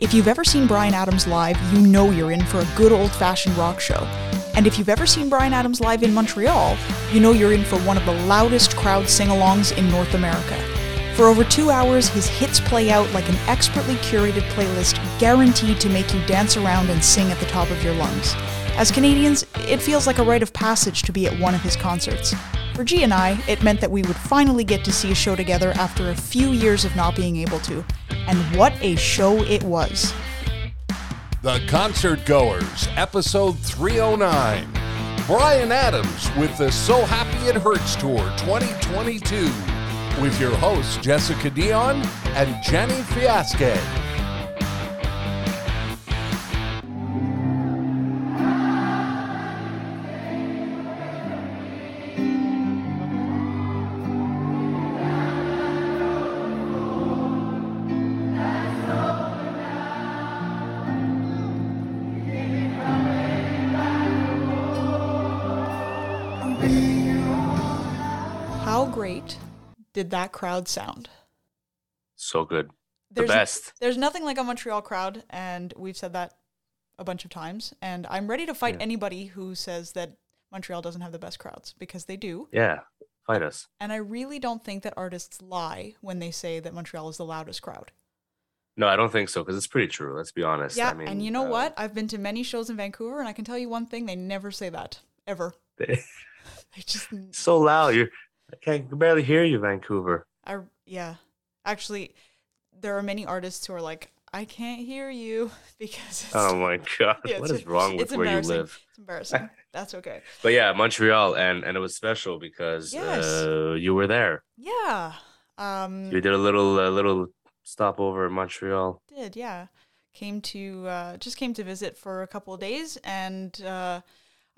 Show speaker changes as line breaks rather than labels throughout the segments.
If you've ever seen Brian Adams live, you know you're in for a good old fashioned rock show. And if you've ever seen Brian Adams live in Montreal, you know you're in for one of the loudest crowd sing alongs in North America. For over two hours, his hits play out like an expertly curated playlist guaranteed to make you dance around and sing at the top of your lungs. As Canadians, it feels like a rite of passage to be at one of his concerts. For G and I, it meant that we would finally get to see a show together after a few years of not being able to. And what a show it was!
The Concert Goers, episode 309. Brian Adams with the So Happy It Hurts Tour 2022 with your hosts Jessica Dion and Jenny Fiasque.
How great did that crowd sound?
So good. The
There's,
best.
There's nothing like a Montreal crowd, and we've said that a bunch of times. And I'm ready to fight
Yeah.
anybody who says that Montreal doesn't have the best crowds because they do.
Yeah. Fight us.
And I really don't think that artists lie when they say that Montreal is the loudest crowd.
No, I don't think so because it's pretty true. Let's be honest.
yeah,
I mean,
and you know
uh,
what? I've been to many shows in Vancouver, and I can tell you one thing: they never say that ever.
They-
They just,
it's so loud. You're, I can barely hear you, Vancouver.
I yeah. Actually, there are many artists who are like, I can't hear you because it's,
Oh my God.
yeah,
what
it's-
is wrong
it's
with where you
embarrassing.
live?
It's embarrassing. That's okay.
But yeah, Montreal. And, and it was special because
Yes.
uh, you were there.
Yeah. Um,
You did a little a little stopover in Montreal.
did yeah came to uh, just came to visit for a couple of days and uh,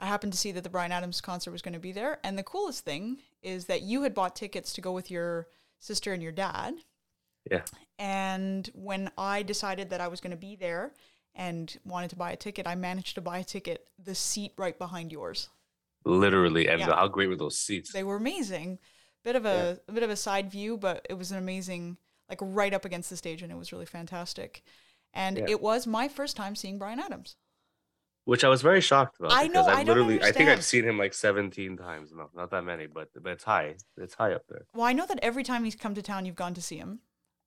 i happened to see that the brian adams concert was going to be there and the coolest thing is that you had bought tickets to go with your sister and your dad
Yeah.
and when i decided that i was going to be there and wanted to buy a ticket i managed to buy a ticket the seat right behind yours
Literally. And
Yeah.
the- how great were those seats?
they were amazing bit of a, a bit of a side view but it was an amazing like right up against the stage and it was really fantastic and
Yeah.
it was my first time seeing brian adams
Which I was very shocked about.
I
because
know,
I've
I don't
literally, I think
understand.
I've seen him like 17 times. No, not that many, but, but it's high. It's high up there.
well i know that every time he's come to town you've gone to see him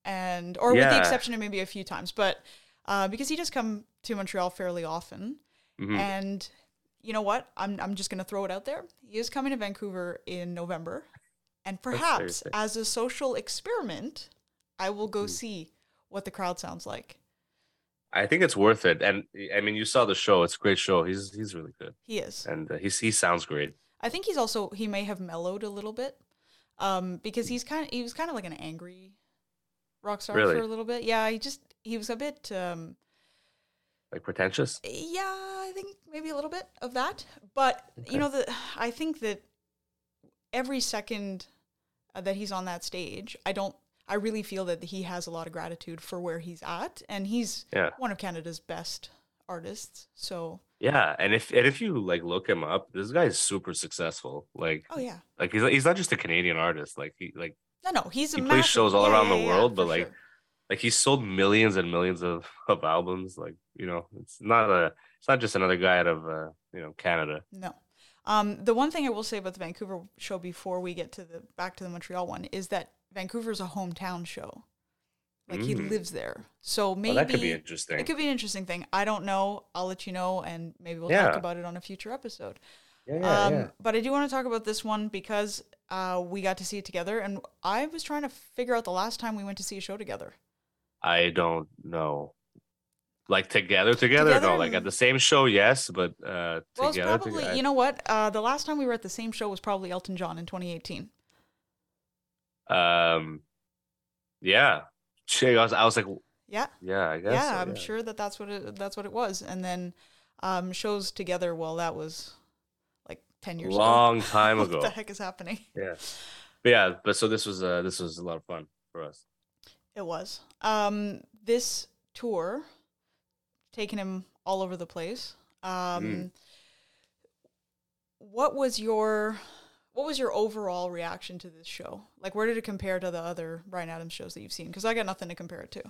and or with the
Yeah.
exception of maybe a few times but uh, because he does come to montreal fairly often
Mhm.
and you know what i'm, I'm just going to throw it out there he is coming to vancouver in november and perhaps
Thursday. Hmm.
as a social experiment i will go see what the crowd sounds like
I think it's worth it, and I mean, you saw the show; it's a great show. He's he's really good,
he is
and uh, he's he sounds great.
I think he's also he may have mellowed a little bit, um, because he's kind of he was kind of like an angry rock star
Really?
for a little bit. Yeah, he just he was a bit, um,
Like pretentious.
yeah, I think maybe a little bit of that. But you
Okay.
know, the I think that every second uh, that he's on that stage, I don't. I really feel that he has a lot of gratitude for where he's at, and he's
Yeah,
one of Canada's best artists. So,
yeah. And if and if you like look him up, this guy is super successful. Like
oh yeah,
like he's he's not just a Canadian artist. Like he like
no, no, he's a
He plays
massive-
shows all
yeah,
around the
yeah, yeah,
world, but,
for
like,
sure.
like he's sold millions and millions of of albums. Like you know, it's not a it's not just another guy out of uh, you know Canada.
No. Um, the one thing I will say about the Vancouver show before we get to the back to the Montreal one is that Vancouver's a hometown show. Like he
Mm.
lives there. So maybe
well, Oh, that could be interesting.
it could be an interesting thing. I don't know. I'll let you know and maybe we'll talk
Yeah.
about it on a future episode.
yeah, yeah,
um
yeah.
but I do want to talk about this one because uh, we got to see it together and I was trying to figure out the last time we went to see a show together.
I don't know. Like together, together,
Together,
no. Like at
mm.
the same show, yes, but uh,
Well, it's
together,
probably
together.
you know what? Uh, the last time we were at the same show was probably Elton John in 2018.
Um, yeah. Shit, I was, I was like, w-
Yeah.
uh, yeah, I guess.
yeah,
so,
I'm sure that that's what it, that's what it was. And then um, shows together. Well, that was like ten years
Long
ago.
time
what
ago.
the heck is happening?
Yeah, but yeah, but so this was uh, this was a lot of fun for us.
It was. Um, this tour, taking him all over the place. Um,
Mm.
What was your what was your overall reaction to this show? Like, where did it compare to the other Brian Adams shows that you've seen? Because I got nothing to compare it to.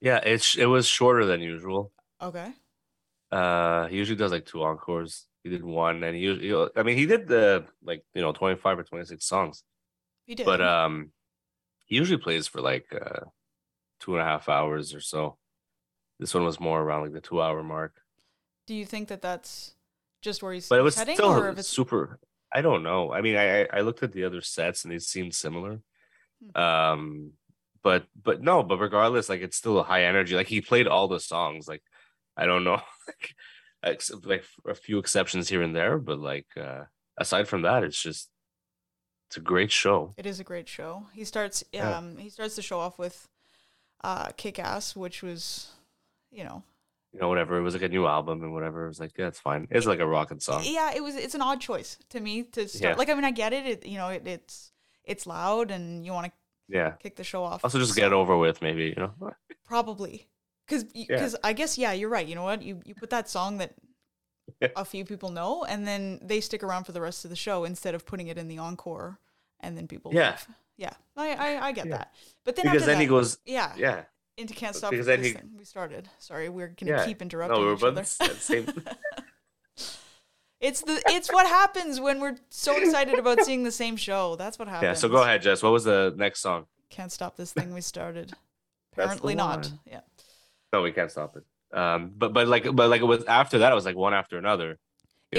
Yeah, it's it was shorter than usual.
Okay.
Uh, he usually does like two encores. He did one, and he usually, I mean, he did the like you know twenty five or twenty six songs,
He did.
but um, he usually plays for like uh two and a half hours or so. This one was more around like the two hour mark,
Do you think that that's just where he's
but it was
heading,
still
or if it's
super. I don't know. I mean, I I- I looked at the other sets and they seemed similar.
Hmm.
Um, but but no, but regardless, like it's still a high energy. Like he played all the songs. Like I don't know, like except like a few exceptions here and there, but like uh aside from that, it's just it's a great show.
It is a great show. He starts
Yeah.
um he starts the show off with uh Kick Ass, which was you know
You know, whatever. It was like a new album and whatever. It was like, yeah, it's fine. It's like a rockin' song.
yeah, it was it's an odd choice to me to start
Yeah.
like I mean I get it, it you know it, it's it's loud and you want to
Yeah.
kick the show off.
Also just
so-
get it over with, maybe, you know.
probably cuz
Yeah.
cuz I guess yeah, you're right. You know what? You you put that song that a few people know and then they stick around for the rest of the show instead of putting it in the encore and then people
Yeah.
leave. Yeah. I I, I get
Yeah.
that. But then
Because
after
then
that,
he goes,
yeah.
Yeah.
into can't
But
stop
because
with
then
this
he-
thing. We started. Sorry, we're gonna
Yeah.
keep interrupting
we're
each
both
other.
at the same-
it's the it's what happens when we're so excited about seeing the same show. That's what happens.
Yeah. So go ahead, Jess. What was the next song?
Can't stop this thing we started.
the
Apparently not.
one.
Yeah.
No, we can't stop it. Um, but but like but like it was after that, it was like one after another. You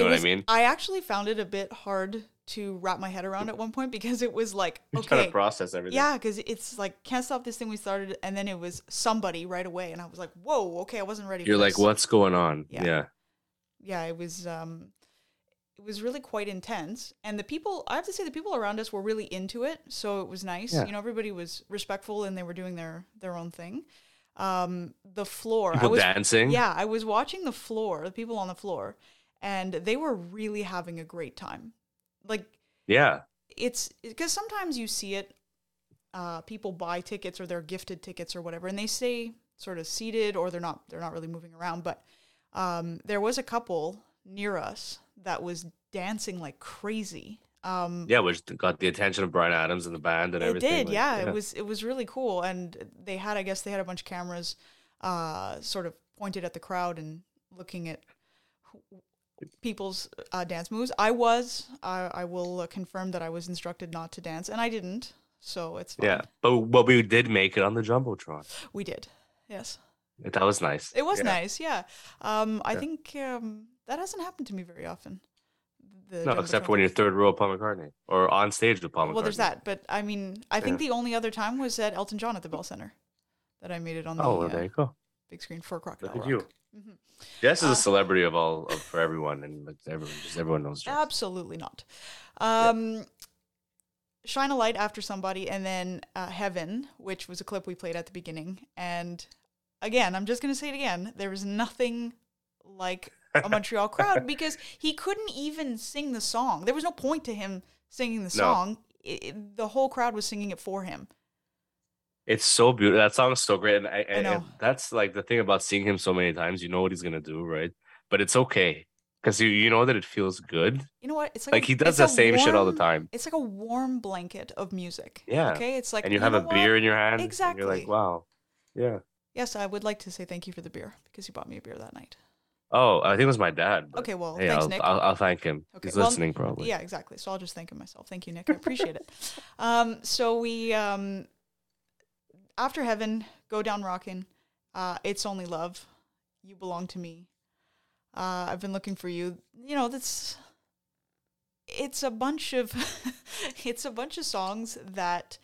It
know
was-
what I mean?
I actually found it a bit hard to wrap my head around at one point because it was like
I'm trying
okay.
to process everything.
Yeah, because it's like can't stop this thing we started, and then it was somebody right away, and I was like, "Whoa, okay, I wasn't ready."
You're
for
like,
this.
what's going on?
Yeah.
Yeah.
yeah, it was um it was really quite intense. And the people I have to say the people around us were really into it, so it was nice.
Yeah.
You know, everybody was respectful and they were doing their their own thing. Um the floor I
People
was
dancing.
Yeah, I was watching the floor, the people on the floor, and they were really having a great time. Like
Yeah.
it's because sometimes you see it uh, people buy tickets or they're gifted tickets or whatever and they stay sort of seated or they're not they're not really moving around but um, there was a couple near us that was dancing like crazy um,
Yeah, which got the attention of Brian Adams and the band and
it
everything.
did
like,
yeah, it was it was really cool and they had i guess they had a bunch of cameras uh, sort of pointed at the crowd and looking at who- people's uh, dance moves i was I, I will uh, confirm that i was instructed not to dance and i didn't so it's fine.
Yeah. But but we did make it on the jumbotron.
we did yes
That was nice.
it was
Yeah.
nice yeah um, i
Yeah.
think um, that hasn't happened to me very often the
No, except for when you're third row of Paul McCartney or on stage with Paul McCartney.
well there's that but i mean i think the only other time was at elton john at the bell center that i made it on the
Oh, well,
uh,
there you go.
big screen for Crocodile
Look at
Rock.
you.
Mhm.
Jess is
Uh,
a celebrity of all of for everyone, and like everyone, just everyone knows. Jess.
Absolutely not. Um, Shine a light after somebody, and then uh, Heaven, which was a clip we played at the beginning. And again, I'm just gonna say it again. There was nothing like a Montreal crowd because he couldn't even sing the song. There was no point to him singing the song. I- I- the whole crowd was singing it for him.
It's so beautiful. That song's so great, and I, I,
know.
and that's like the thing about seeing him so many times. You know what he's gonna do, right? But it's okay because you you know that it feels good.
You know what? It's like
Like
a-
he does
it's
the
a
same shit all the
warm-
time,
It's like a warm blanket of music.
Yeah.
Okay. It's like
and you, have a
know what?
beer in your hand. And you're
Exactly.
like, wow, yeah.
Yes, I would like to say thank you for the beer because you bought me a beer that night.
Oh, I think it was my dad. but
Okay, well,
hey,
thanks,
I'll,
Nick.
I'll, I'll thank him.
Okay,
He's
well,
listening probably.
yeah, exactly. So I'll just thank him myself. Thank you, Nick. I appreciate it. Um, so we, um, after heaven, go down rockin'. Uh, it's only love. You belong to me. Uh, I've been looking for you. You know, that's it's a bunch of it's a bunch of songs that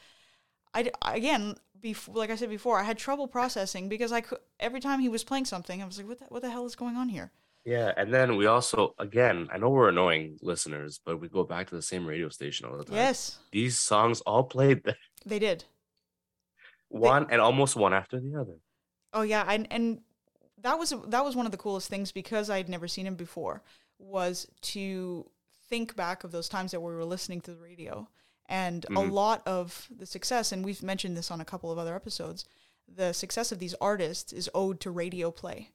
I d- again before like I said before I had trouble processing because I cou- every time he was playing something I was like what the, what the hell is going on here
Yeah, and then we also again, I know we're annoying listeners, but we go back to the same radio station all the time.
yes
These songs all played
they did
one and almost one after the other.
Oh yeah, and and that was that was one of the coolest things because I had never seen him before was to think back of those times that we were listening to the radio and a
Mhm.
lot of the success and we've mentioned this on a couple of other episodes the success of these artists is owed to radio play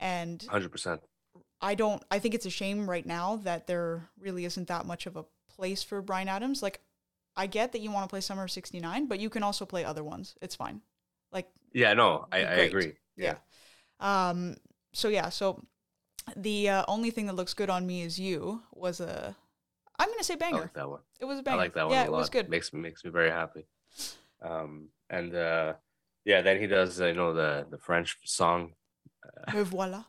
and
100%.
I don't I think it's a shame right now that there really isn't that much of a place for Brian Adams. Like I get that you want to play Summer of 69, but you can also play other ones. It's fine. Like,
Yeah, no, I, I
Great.
agree.
yeah. Um, so yeah, so the uh, only thing that looks good on me is you was a. I'm gonna say
I
banger.
like that one.
it was a banger.
Oh, I like that one
Yeah,
a
it
lot.
was good.
Makes me makes me very happy. Um, and uh, yeah, then he does you know the the French song
Me voila.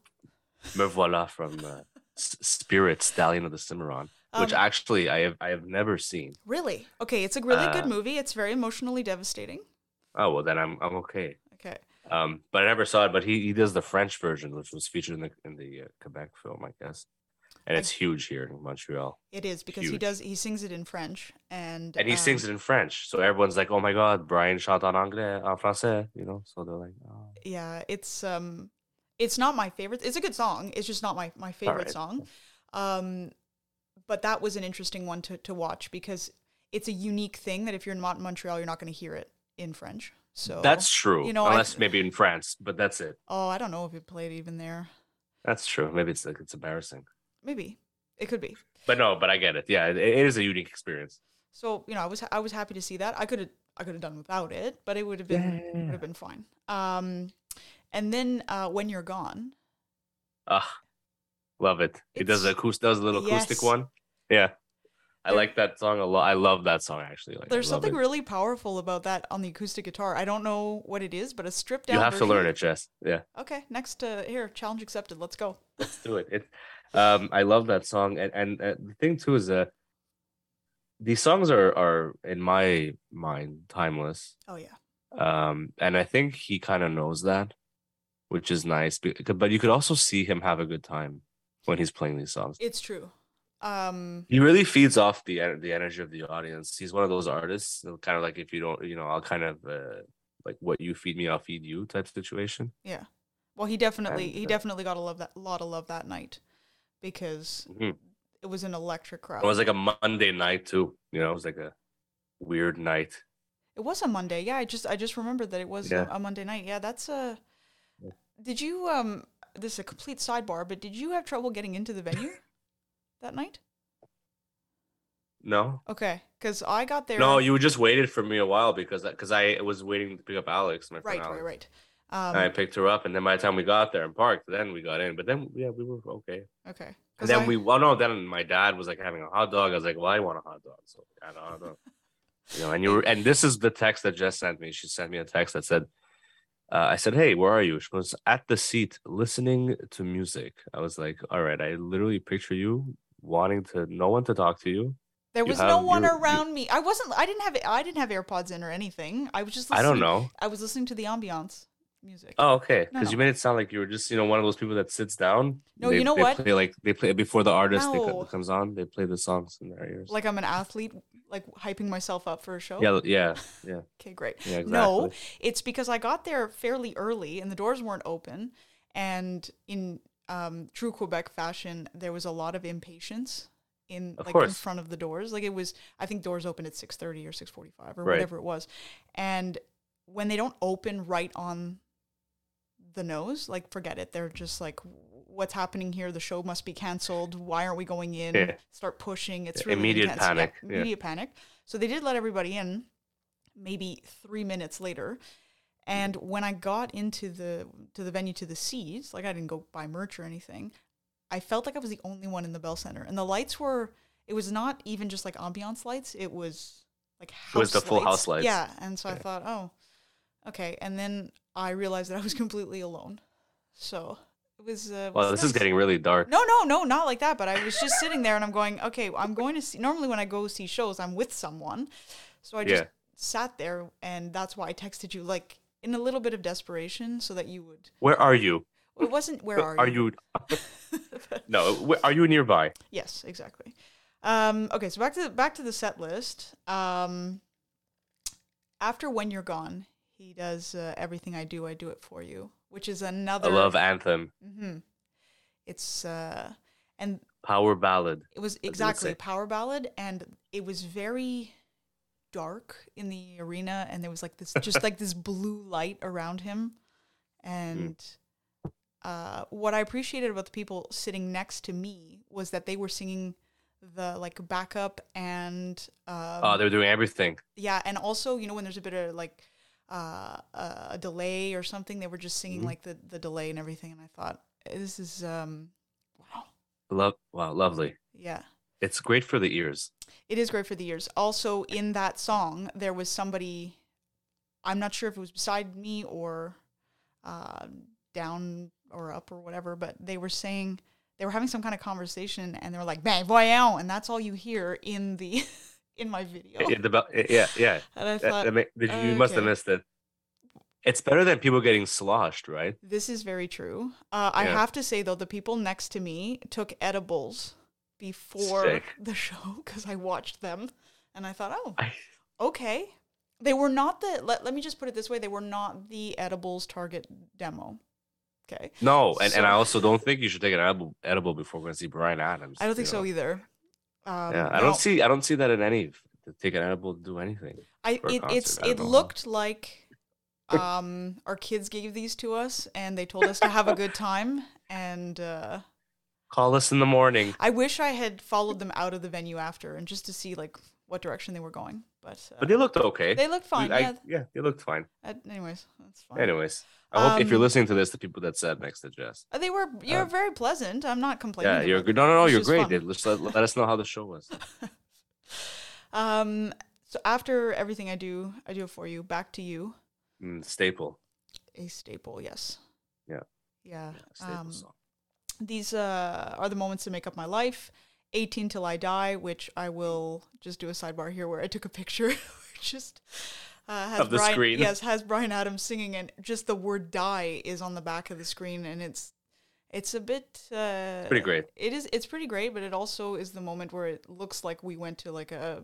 Me Voilà from uh, S- Spirit Stallion of the Cimarron, which
Um,
actually I have I have never seen.
Really? Okay, it's a really good
Uh,
movie. It's very emotionally devastating.
Oh well, then I'm I'm okay.
Okay.
Um, but I never saw it. But he, he does the French version, which was featured in the in the uh, Quebec film, I guess, and
I-
it's huge here in Montreal.
It is because he
Huge.
does he sings it in French and
And he
um,
sings it in French, so everyone's like, "Oh my God, Brian chante en anglais, en français," you know. So they're like, oh.
Yeah, it's um it's not my favorite. It's a good song. It's just not my my favorite
right.
song. Um but that was an interesting one to to watch because it's a unique thing that if you're in Mont- Montreal you're not going to hear it in French. So
"That's true."
Oh. you know, I-
unless maybe in France, but that's it.
Oh, I don't know if it played even there.
That's true. Maybe it's like it's embarrassing,
Maybe. It could be.
but no, but I get it. Yeah, it, it is a unique experience.
So you know, I was I was happy to see that. I could have I could have done without it, but it would have been would have been fine. Um, and then uh, when you're gone,
Ah, love it. It does
It's-
the acoustic, does a little
Yes.
acoustic one. Yeah, I
There-
like that song a lot. I love that song actually. Like, I
there's
love
something
it.
really powerful about that on the acoustic guitar. I don't know what it is, but a stripped down.
You have to learn
version-
it, Jess. Yeah.
Okay, next uh, here, challenge accepted. Let's go.
let's do it. It, um, I love that song, and and uh, the thing too is that these songs are are in my mind timeless,
Oh yeah,
um, and I think he kind of knows that, which is nice. be- But you could also see him have a good time when he's playing these songs.
it's true. Um,
He really feeds off the en- the energy of the audience. He's one of those artists, kind of like if you don't, you know, I'll kind of uh, like what you feed me, I'll feed you type situation.
well, he definitely
And,
he
uh,
definitely got a love that lot of love that night because
Mhm.
it was an electric crowd.
It was like a Monday night too. You know, it was like a weird night.
It was a Monday. Yeah, I just I just remembered that it was a-
Yeah.
a, Monday night. Yeah, that's a.
Yeah.
Did you um? This is a complete sidebar, but did you have trouble getting into the venue that night?
No,
Okay, because I got there.
No, you just waited for me a while because because I was waiting to pick up Alex, my friend
right, right,
Alex.
right.
And I
Um,
picked her up, and then by the time we got there and parked, then we got in. But then yeah, we were okay.
okay. 'Cause
And then
I-
we well no, then my dad was like having a hot dog. I was like, well, I want a hot dog, so I don't, hot dog. You know, and you were, and this is the text that Jess sent me. She sent me a text that said, uh, "I said, hey, where are you?" She goes, "At the seat, listening to music." I was like, "All right." I literally picture you wanting to no one to talk to you.
there
you
was no
have
one
your- you-
around me. I wasn't. I didn't have. I didn't have AirPods in or anything. I was just.
I
Listening,
don't know.
I was listening to the ambiance music.
Oh, okay.
No,
Because
no.
you made it sound like you were just, you know, one of those people that sits down.
No,
They-
you know
they
what?
Play like they play before the artist they co-
No.
comes on. They play the songs in their ears.
Like I'm an athlete, like hyping myself up for a show.
yeah, yeah,
Okay, great.
yeah, exactly.
No, it's because I got there fairly early and the doors weren't open. And in um, true Quebec fashion, there was a lot of impatience in
Of
like in
course.
front of the doors. Like it was, I think doors opened at six thirty or six forty five or
Right.
whatever it was. And when they don't open right on the nose, like forget it. They're just like, what's happening here? The show must be canceled. Why aren't we going in?
Yeah.
Start pushing. It's
Yeah,
really
immediate
intense. Yeah,
panic. Yeah.
immediate panic. So they did let everybody in maybe three minutes later. And when I got into the to the venue to the seats, like I didn't go buy merch or anything, I felt like I was the only one in the Bell Center. And the lights were it was not even just like ambiance lights, it was like house
It was the full house lights.
Yeah. And so I
Yeah.
thought, oh, okay. And then I realized that I was completely alone. So it was uh it was
Well, this is
nice.
getting really dark.
No, no, no, not like that. But I was just sitting there and I'm going, okay, I'm going to see. Normally, when I go see shows, I'm with someone. So I just
Yeah.
sat there and that's why I texted you, like in a little bit of desperation, so that you would.
Where are you?
Well, it wasn't, where are, you?
No, where, are you nearby?
yes, exactly. Um, okay, so back to the, back to the set list. Um, after When You're Gone, he does uh, Everything I Do, I Do It For You, which is
I
another.
love anthem,
Mhm. It's. Uh, and
power ballad.
It was
it
exactly
say?
a power ballad, and it was very dark in the arena, and there was like this, just like this blue light around him, and uh, what I appreciated about the people sitting next to me was that they were singing the like backup and um,
oh, they're doing everything.
yeah, and also you know when there's a bit of like uh, a a delay or something. They were just singing
Mhm.
like the the delay and everything, and I thought this is um, wow,
Love, wow, lovely.
yeah.
It's great for the ears.
It is great for the ears. Also, in that song, there was somebody, I'm not sure if it was beside me or uh, down or up or whatever, but they were saying, they were having some kind of conversation and they were like, bang, voyant. And that's all you hear in the. In my video,
Yeah, the bell- yeah, yeah.
and I
That-
thought
that ma- did you, you must have
okay.
missed it. It's better than people getting sloshed, right?
this is very true. Uh, I
Yeah.
have to say though, the people next to me took edibles before
Sick.
the show because I watched them, and I thought, oh,
I-
okay. They were not the. Let, let me just put it this way: they were not the edibles target demo. Okay,
No, and, and I
So-
also don't think you should take an edible, edible before going to see Brian Adams.
I don't think
you
so
know?
either. Um,
Yeah, I
no.
don't see I don't see that in any to take an edible to do anything.
I
for a
it, it's
concert, I
it
don't know.
looked like um our kids gave these to us and they told us to have a good time and uh
Call us in the morning.
I wish I had followed them out of the venue after and just to see like what direction they were going. But, uh,
But they looked okay.
they looked fine.
I-
yeah.
they looked fine.
Uh, anyways, that's fine.
Anyways, I hope if you're
Um,
listening to this, the people that sat next to Jess.
Uh, They were you're
Uh,
very pleasant. I'm not complaining.
Yeah, you're
about
good.
that.
No, no, no,
It's
you're
just
great.
fun.
dude. Let's let, let us know how the show was.
Um so after everything I do, I do it for you. Back to you.
Mm, staple.
A staple, yes.
Yeah.
Yeah.
Yeah, staple
um,
song.
these uh, are the moments that make up my life 18 till i die which i will just do a sidebar here where i took a picture just uh, has
Of the
brian,
screen.
yes has brian adams singing and just the word die is on the back of the screen and it's it's a bit uh,
Pretty great.
it is it's pretty great but it also is the moment where it looks like we went to like a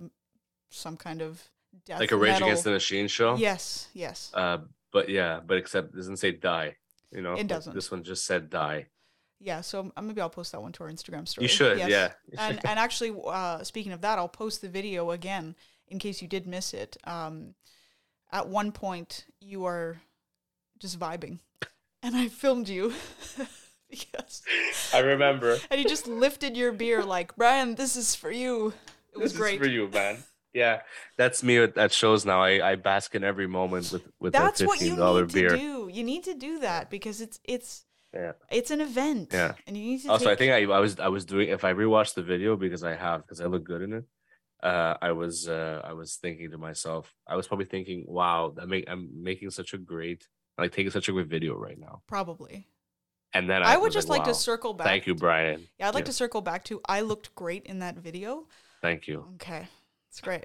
some kind of death
Like a Rage
metal-
Against the Machine show.
yes yes
Uh, but yeah, but except it doesn't say die. You know,
It
Like,
doesn't.
This one just said die.
yeah so uh, maybe i'll post that one to our instagram story
You should.
Yes.
Yeah. You should.
and and actually, uh, speaking of that, I'll post the video again in case you did miss it. Um, at one point, you are just vibing, and I filmed you because,
I remember.
and you just lifted your beer like Brian. This is for you. It was
this
great.
is for you, man. Yeah, that's me at, at shows now. I, I bask in every moment with with
That's
that
what you
fifteen dollar
need
beer.
to do. You need to do that because it's it's
Yeah.
it's an event.
Yeah.
and you need to.
Also, I
take-
think I, I was I was doing if I rewatched the video because I have because I look good in it. Uh, I was uh, I was thinking to myself, I was probably thinking, wow, I make, I'm making such a great like taking such a great video right now.
probably.
And then I,
I would
was
just like,
wow,
to circle back.
Thank you, Brian.
Yeah, I'd like
Yeah.
to circle back to I looked great in that video.
Thank you.
Okay, it's great.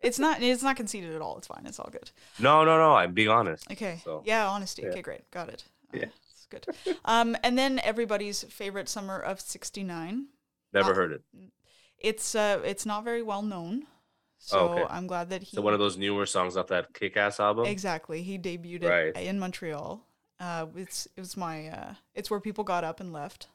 It's not. It's not conceited at all. It's fine. It's all good.
No, no, no. I'm being honest.
Okay.
So,
yeah. Honesty.
yeah.
Okay. Great. Got it. Uh,
Yeah.
It's good. um, and then everybody's favorite summer of '69.
Never
Uh,
heard it.
It's uh, it's not very well known. So
Oh, okay.
I'm glad that he.
So one of those newer songs off that kick-ass album.
Exactly. He debuted it
Right.
in Montreal. Uh, it's it was my uh, it's where people got up and left.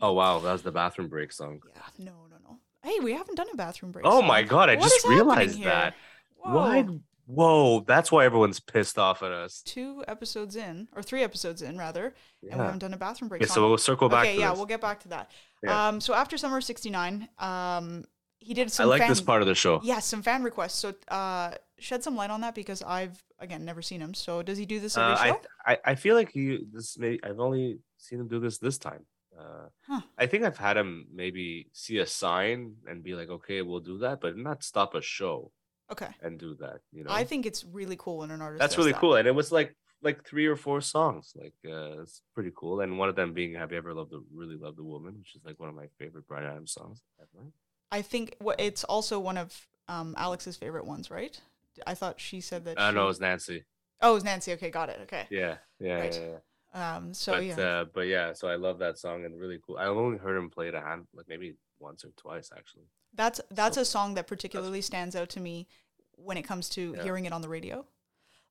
Oh wow, that was the bathroom break song.
Yeah. No. No. No. Hey, we haven't done a bathroom break.
Oh
song.
my god, I
What is
just
happening
realized
here?
that.
Whoa.
Why? Whoa, that's why everyone's pissed off at us.
Two episodes in, or three episodes in, rather, and we
Yeah.
haven't done a bathroom break.
Okay,
song.
so we'll circle back.
okay,
to
yeah,
this.
we'll get back to that.
Yeah.
Um, so after summer of '69, um, he did
I
some.
like
fan,
this part of the show.
Yeah, some fan requests. So uh, shed some light on that because I've again never seen him. So does he do this every
Uh,
show?
I, I I feel like he this may I've only seen him do this this time. Uh,
Huh.
I think I've had him maybe see a sign and be like, okay, we'll do that, but not stop a show
okay,
and do that. You know,
I think it's really cool when an artist.
that's
does
really
that.
cool. And it was like like three or four songs. Like uh, it's pretty cool. And one of them being "Have You Ever Loved a Really Loved a Woman," which is like one of my favorite Brian Adams songs ever.
I think what it's also one of um, Alex's favorite ones, right? I thought she said that.
I
she-
know Uh, it was Nancy.
Oh, it was Nancy. Okay, got it. Okay.
Yeah, yeah,
Right.
yeah, yeah.
Um. So
but
yeah.
uh, but yeah, so I love that song and really cool. I've only heard him play it a hand like maybe once or twice actually.
That's that's
So-
a song that particularly stands out to me when it comes to
Yeah.
hearing it on the radio.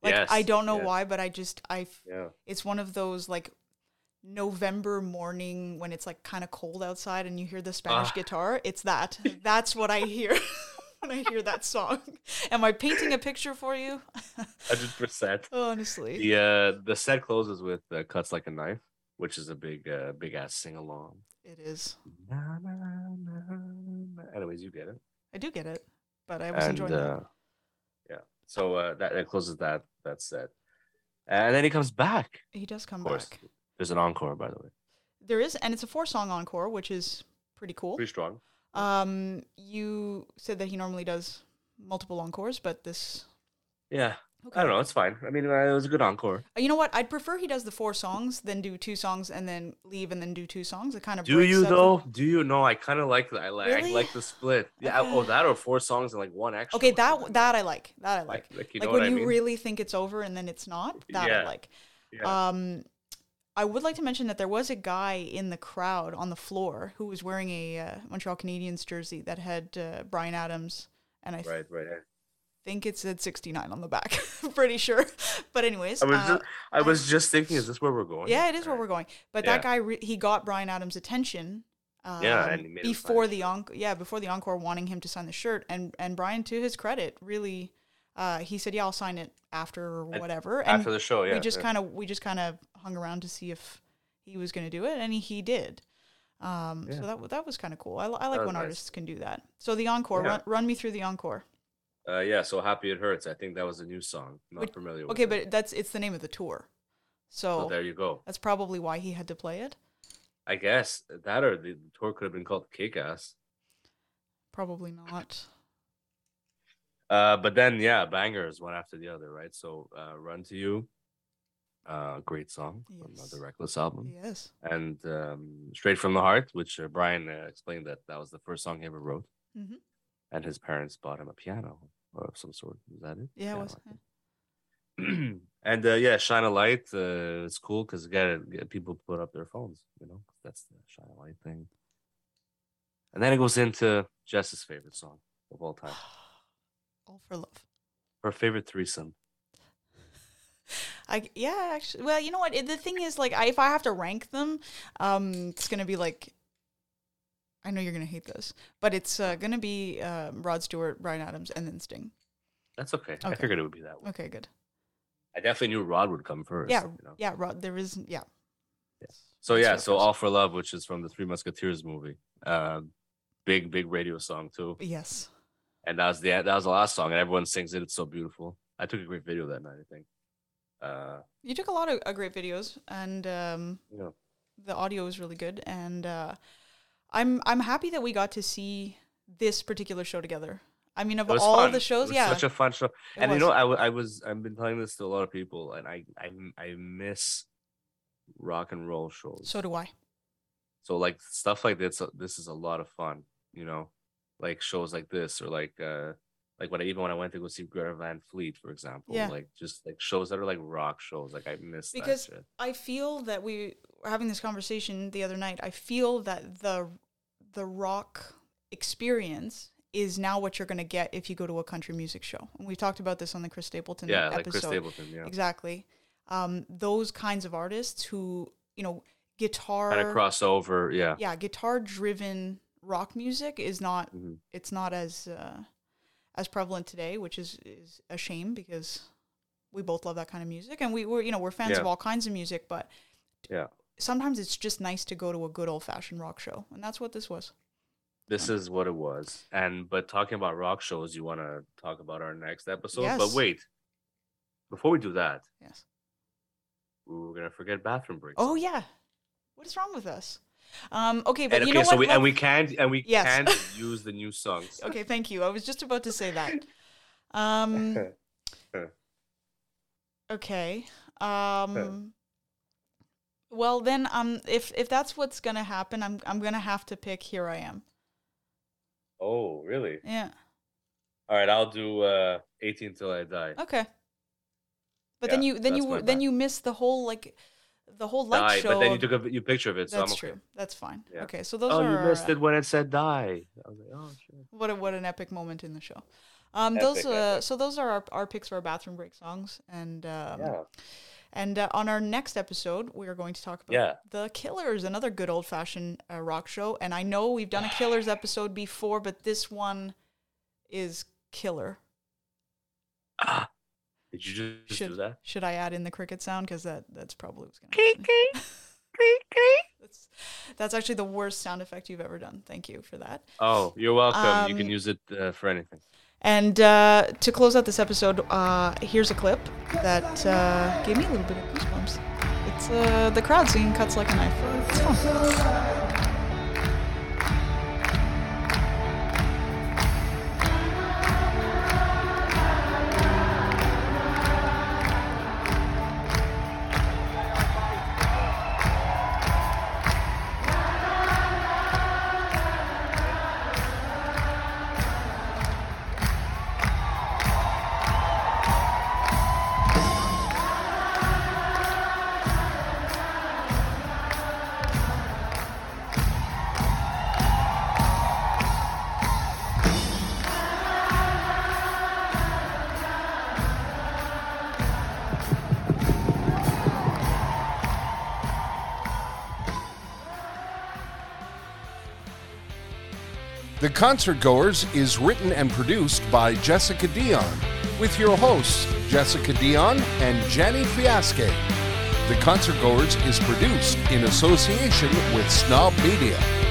Like
Yes,
I don't know
yes.
why, but I just I f-
Yeah,
it's one of those like November morning when it's like kind of cold outside and you hear the Spanish
Ah.
guitar. It's that. That's what I hear when I hear that song. Am I painting a picture for you?
hundred percent.
Honestly.
The uh, the set closes with uh, "Cuts Like a Knife," which is a big uh, big ass sing along.
It is.
Anyways, you get it.
I do get it, but I was
And
enjoying that.
uh, yeah, so uh, that, that closes that that set. And then he comes back.
He does come
Of course.
back.
There's an encore, by the way.
There is, and it's a four song encore, which is pretty cool.
Pretty strong.
Um, you said that he normally does multiple encores, but this.
Yeah. I don't know. It's fine. I mean, uh, it was a good encore.
Uh, You know what? I'd prefer he does the four songs, then do two songs, and then leave, and then do two songs. It kind of
Do
breaks
you
up the-
though? Do you know? I kind of like that. I like I
Really?
like the split. Yeah. I- Oh,
Okay.
that or four songs and like one extra.
Okay,
or
that
something.
that I like. That I like.
like like you
like
know
when
what I
you
mean?
really think it's over and then it's not. That I
Yeah.
like.
yeah.
Um, I would like to mention that there was a guy in the crowd on the floor who was wearing a uh, Montreal Canadiens jersey that had uh, Brian Adams, and I
right. Right. yeah.
think it said 69 on the back. I'm pretty sure. But anyways,
I was
uh,
just I was just thinking, is this where we're going?
yeah, it is where
Alright.
we're going. But that guy,
Yeah.
re- he got Brian Adams' attention. Um,
Yeah, and he made him sign
before
his
the encore, yeah, before the encore, wanting him to sign the shirt, and and Brian, to his credit, really, uh, he said, "Yeah, I'll sign it after or
At-
whatever." and
after the show. Yeah.
we just
yeah.
kind of we just kind of hung around to see if he was going to do it, and he, he did. Um,
Yeah.
So that wa- that was kind of cool. I, li- I like
was
when
nice.
artists can do that. So the encore,
Yeah.
run, run me through the encore.
Uh, yeah, so happy it hurts. I think that was a new song. Not
Which-
familiar. with
Okay,
it.
but oh. that's it's the name of the tour, so
so there you go.
that's probably why he had to play it.
I guess that or the tour could have been called Kick Ass.
Probably not.
Uh, but then yeah, bangers one after the other, right? So uh, Run to You, uh, great song from
Yes.
the Reckless album,
yes.
and um, Straight from the Heart, which uh, Brian uh, explained that that was the first song he ever wrote,
Mhm.
and his parents bought him a piano or of some sort. Is that it?
Yeah, it
Piano,
was.
I think. and uh, yeah, shine a light. Uh, it's cool because again, yeah, people put up their phones. You know, that's the shine a light thing. And then it goes into Jess's favorite song of all time,
All for love.
her favorite threesome.
I yeah, actually. Well, you know what? It, the thing is, like, I, if I have to rank them, um, it's gonna be like. I know you're gonna hate this, but it's uh, gonna be um, Rod Stewart, Brian Adams, and then Sting.
That's okay. I
Okay.
figured it would be that one.
Okay, good.
I definitely knew Rod would come first.
Yeah,
you know?
yeah. Rod, there is yeah.
So
Let's
yeah,
go
so
first.
All for Love, which is from the Three Musketeers movie, uh, big big radio song too,
Yes.
and that was the that was the last song, and everyone sings it. It's so beautiful. I took a great video that night. I think. Uh,
You took a lot of uh, great videos, and um,
you know,
the audio was really good, and uh, I'm I'm happy that we got to see this particular show together. I mean, of
it was
all
fun.
the shows,
it was
yeah,
such a fun show.
it
and
was.
you know, I, w- I was I've been telling this to a lot of people, and I I, I miss rock and roll shows.
so do I.
So like stuff like this, uh, this is a lot of fun, you know, like shows like this or like uh like when I, even when I went to go see Greta Van Fleet, for example,
Yeah.
like just like shows that are like rock shows, like I miss
Because-
that shit.
I feel that we were having this conversation the other night. I feel that the the rock experience is now what you're going to get if you go to a country music show. And we talked about this on the Chris Stapleton
Yeah,
episode.
like Chris Stapleton, yeah,
Exactly. Um, those kinds of artists who, you know, guitar
kind of crossover, yeah.
yeah, guitar driven rock music is not
Mhm.
it's not as uh, as prevalent today, which is is a shame because we both love that kind of music and we were you know we're fans of
Yeah.
all kinds of music, but
Yeah.
sometimes it's just nice to go to a good old fashioned rock show, and that's what this was.
This is what it was, and but talking about rock shows, you want to talk about our next episode. But
Yes.
wait, before we do that,
Yes.
we were gonna forget bathroom breaks.
Oh yeah. What is wrong with us? Um, okay, but
and
you know
okay, so
what?
we and
Let-
we can't and we
Yes.
can't use the new songs.
okay, thank you. I was just about to say that. Um, Okay. Um Well then um if if that's what's going to happen, I'm I'm going to have to pick here I am.
Oh, really?
Yeah.
All right, I'll do uh 18 till I die.
Okay. But then
Yeah,
you then
that's my
you then
bad.
you miss the whole like the whole light
die,
show.
but then you
of-
took a you picture of it, so
that's
I'm okay.
true. That's fine.
Yeah.
Okay, so those
oh,
are
you
our,
missed
uh,
it when it said die. I was like, oh shit.
what a, what an epic moment in the show. Um those
Epic,
uh,
epic.
so those are our, our picks for our bathroom break songs and um
yeah.
And uh, on our next episode, we are going to talk about
Yeah.
The Killers, another good old fashioned uh, rock show. And I know we've done a Killers episode before, but this one is killer.
Ah, did you ju- just
Should,
do that?
should I add in the cricket sound? Because that, that's probably what's going to
Kee,
happen.
kee, kee, kee.
That's, that's actually the worst sound effect you've ever done. Thank you for that.
Oh, you're welcome. you can
Um,
use it uh, for anything.
And uh, to close out this episode, uh, here's a clip that uh, gave me a little bit of goosebumps. It's uh, the crowd singing "Cuts Like a Knife." It's fun.
The Concert Goers is written and produced by Jessica Dion, with your hosts, Jessica Dion and Jenny Fiasque. The Concert Goers is produced in association with Snob Media.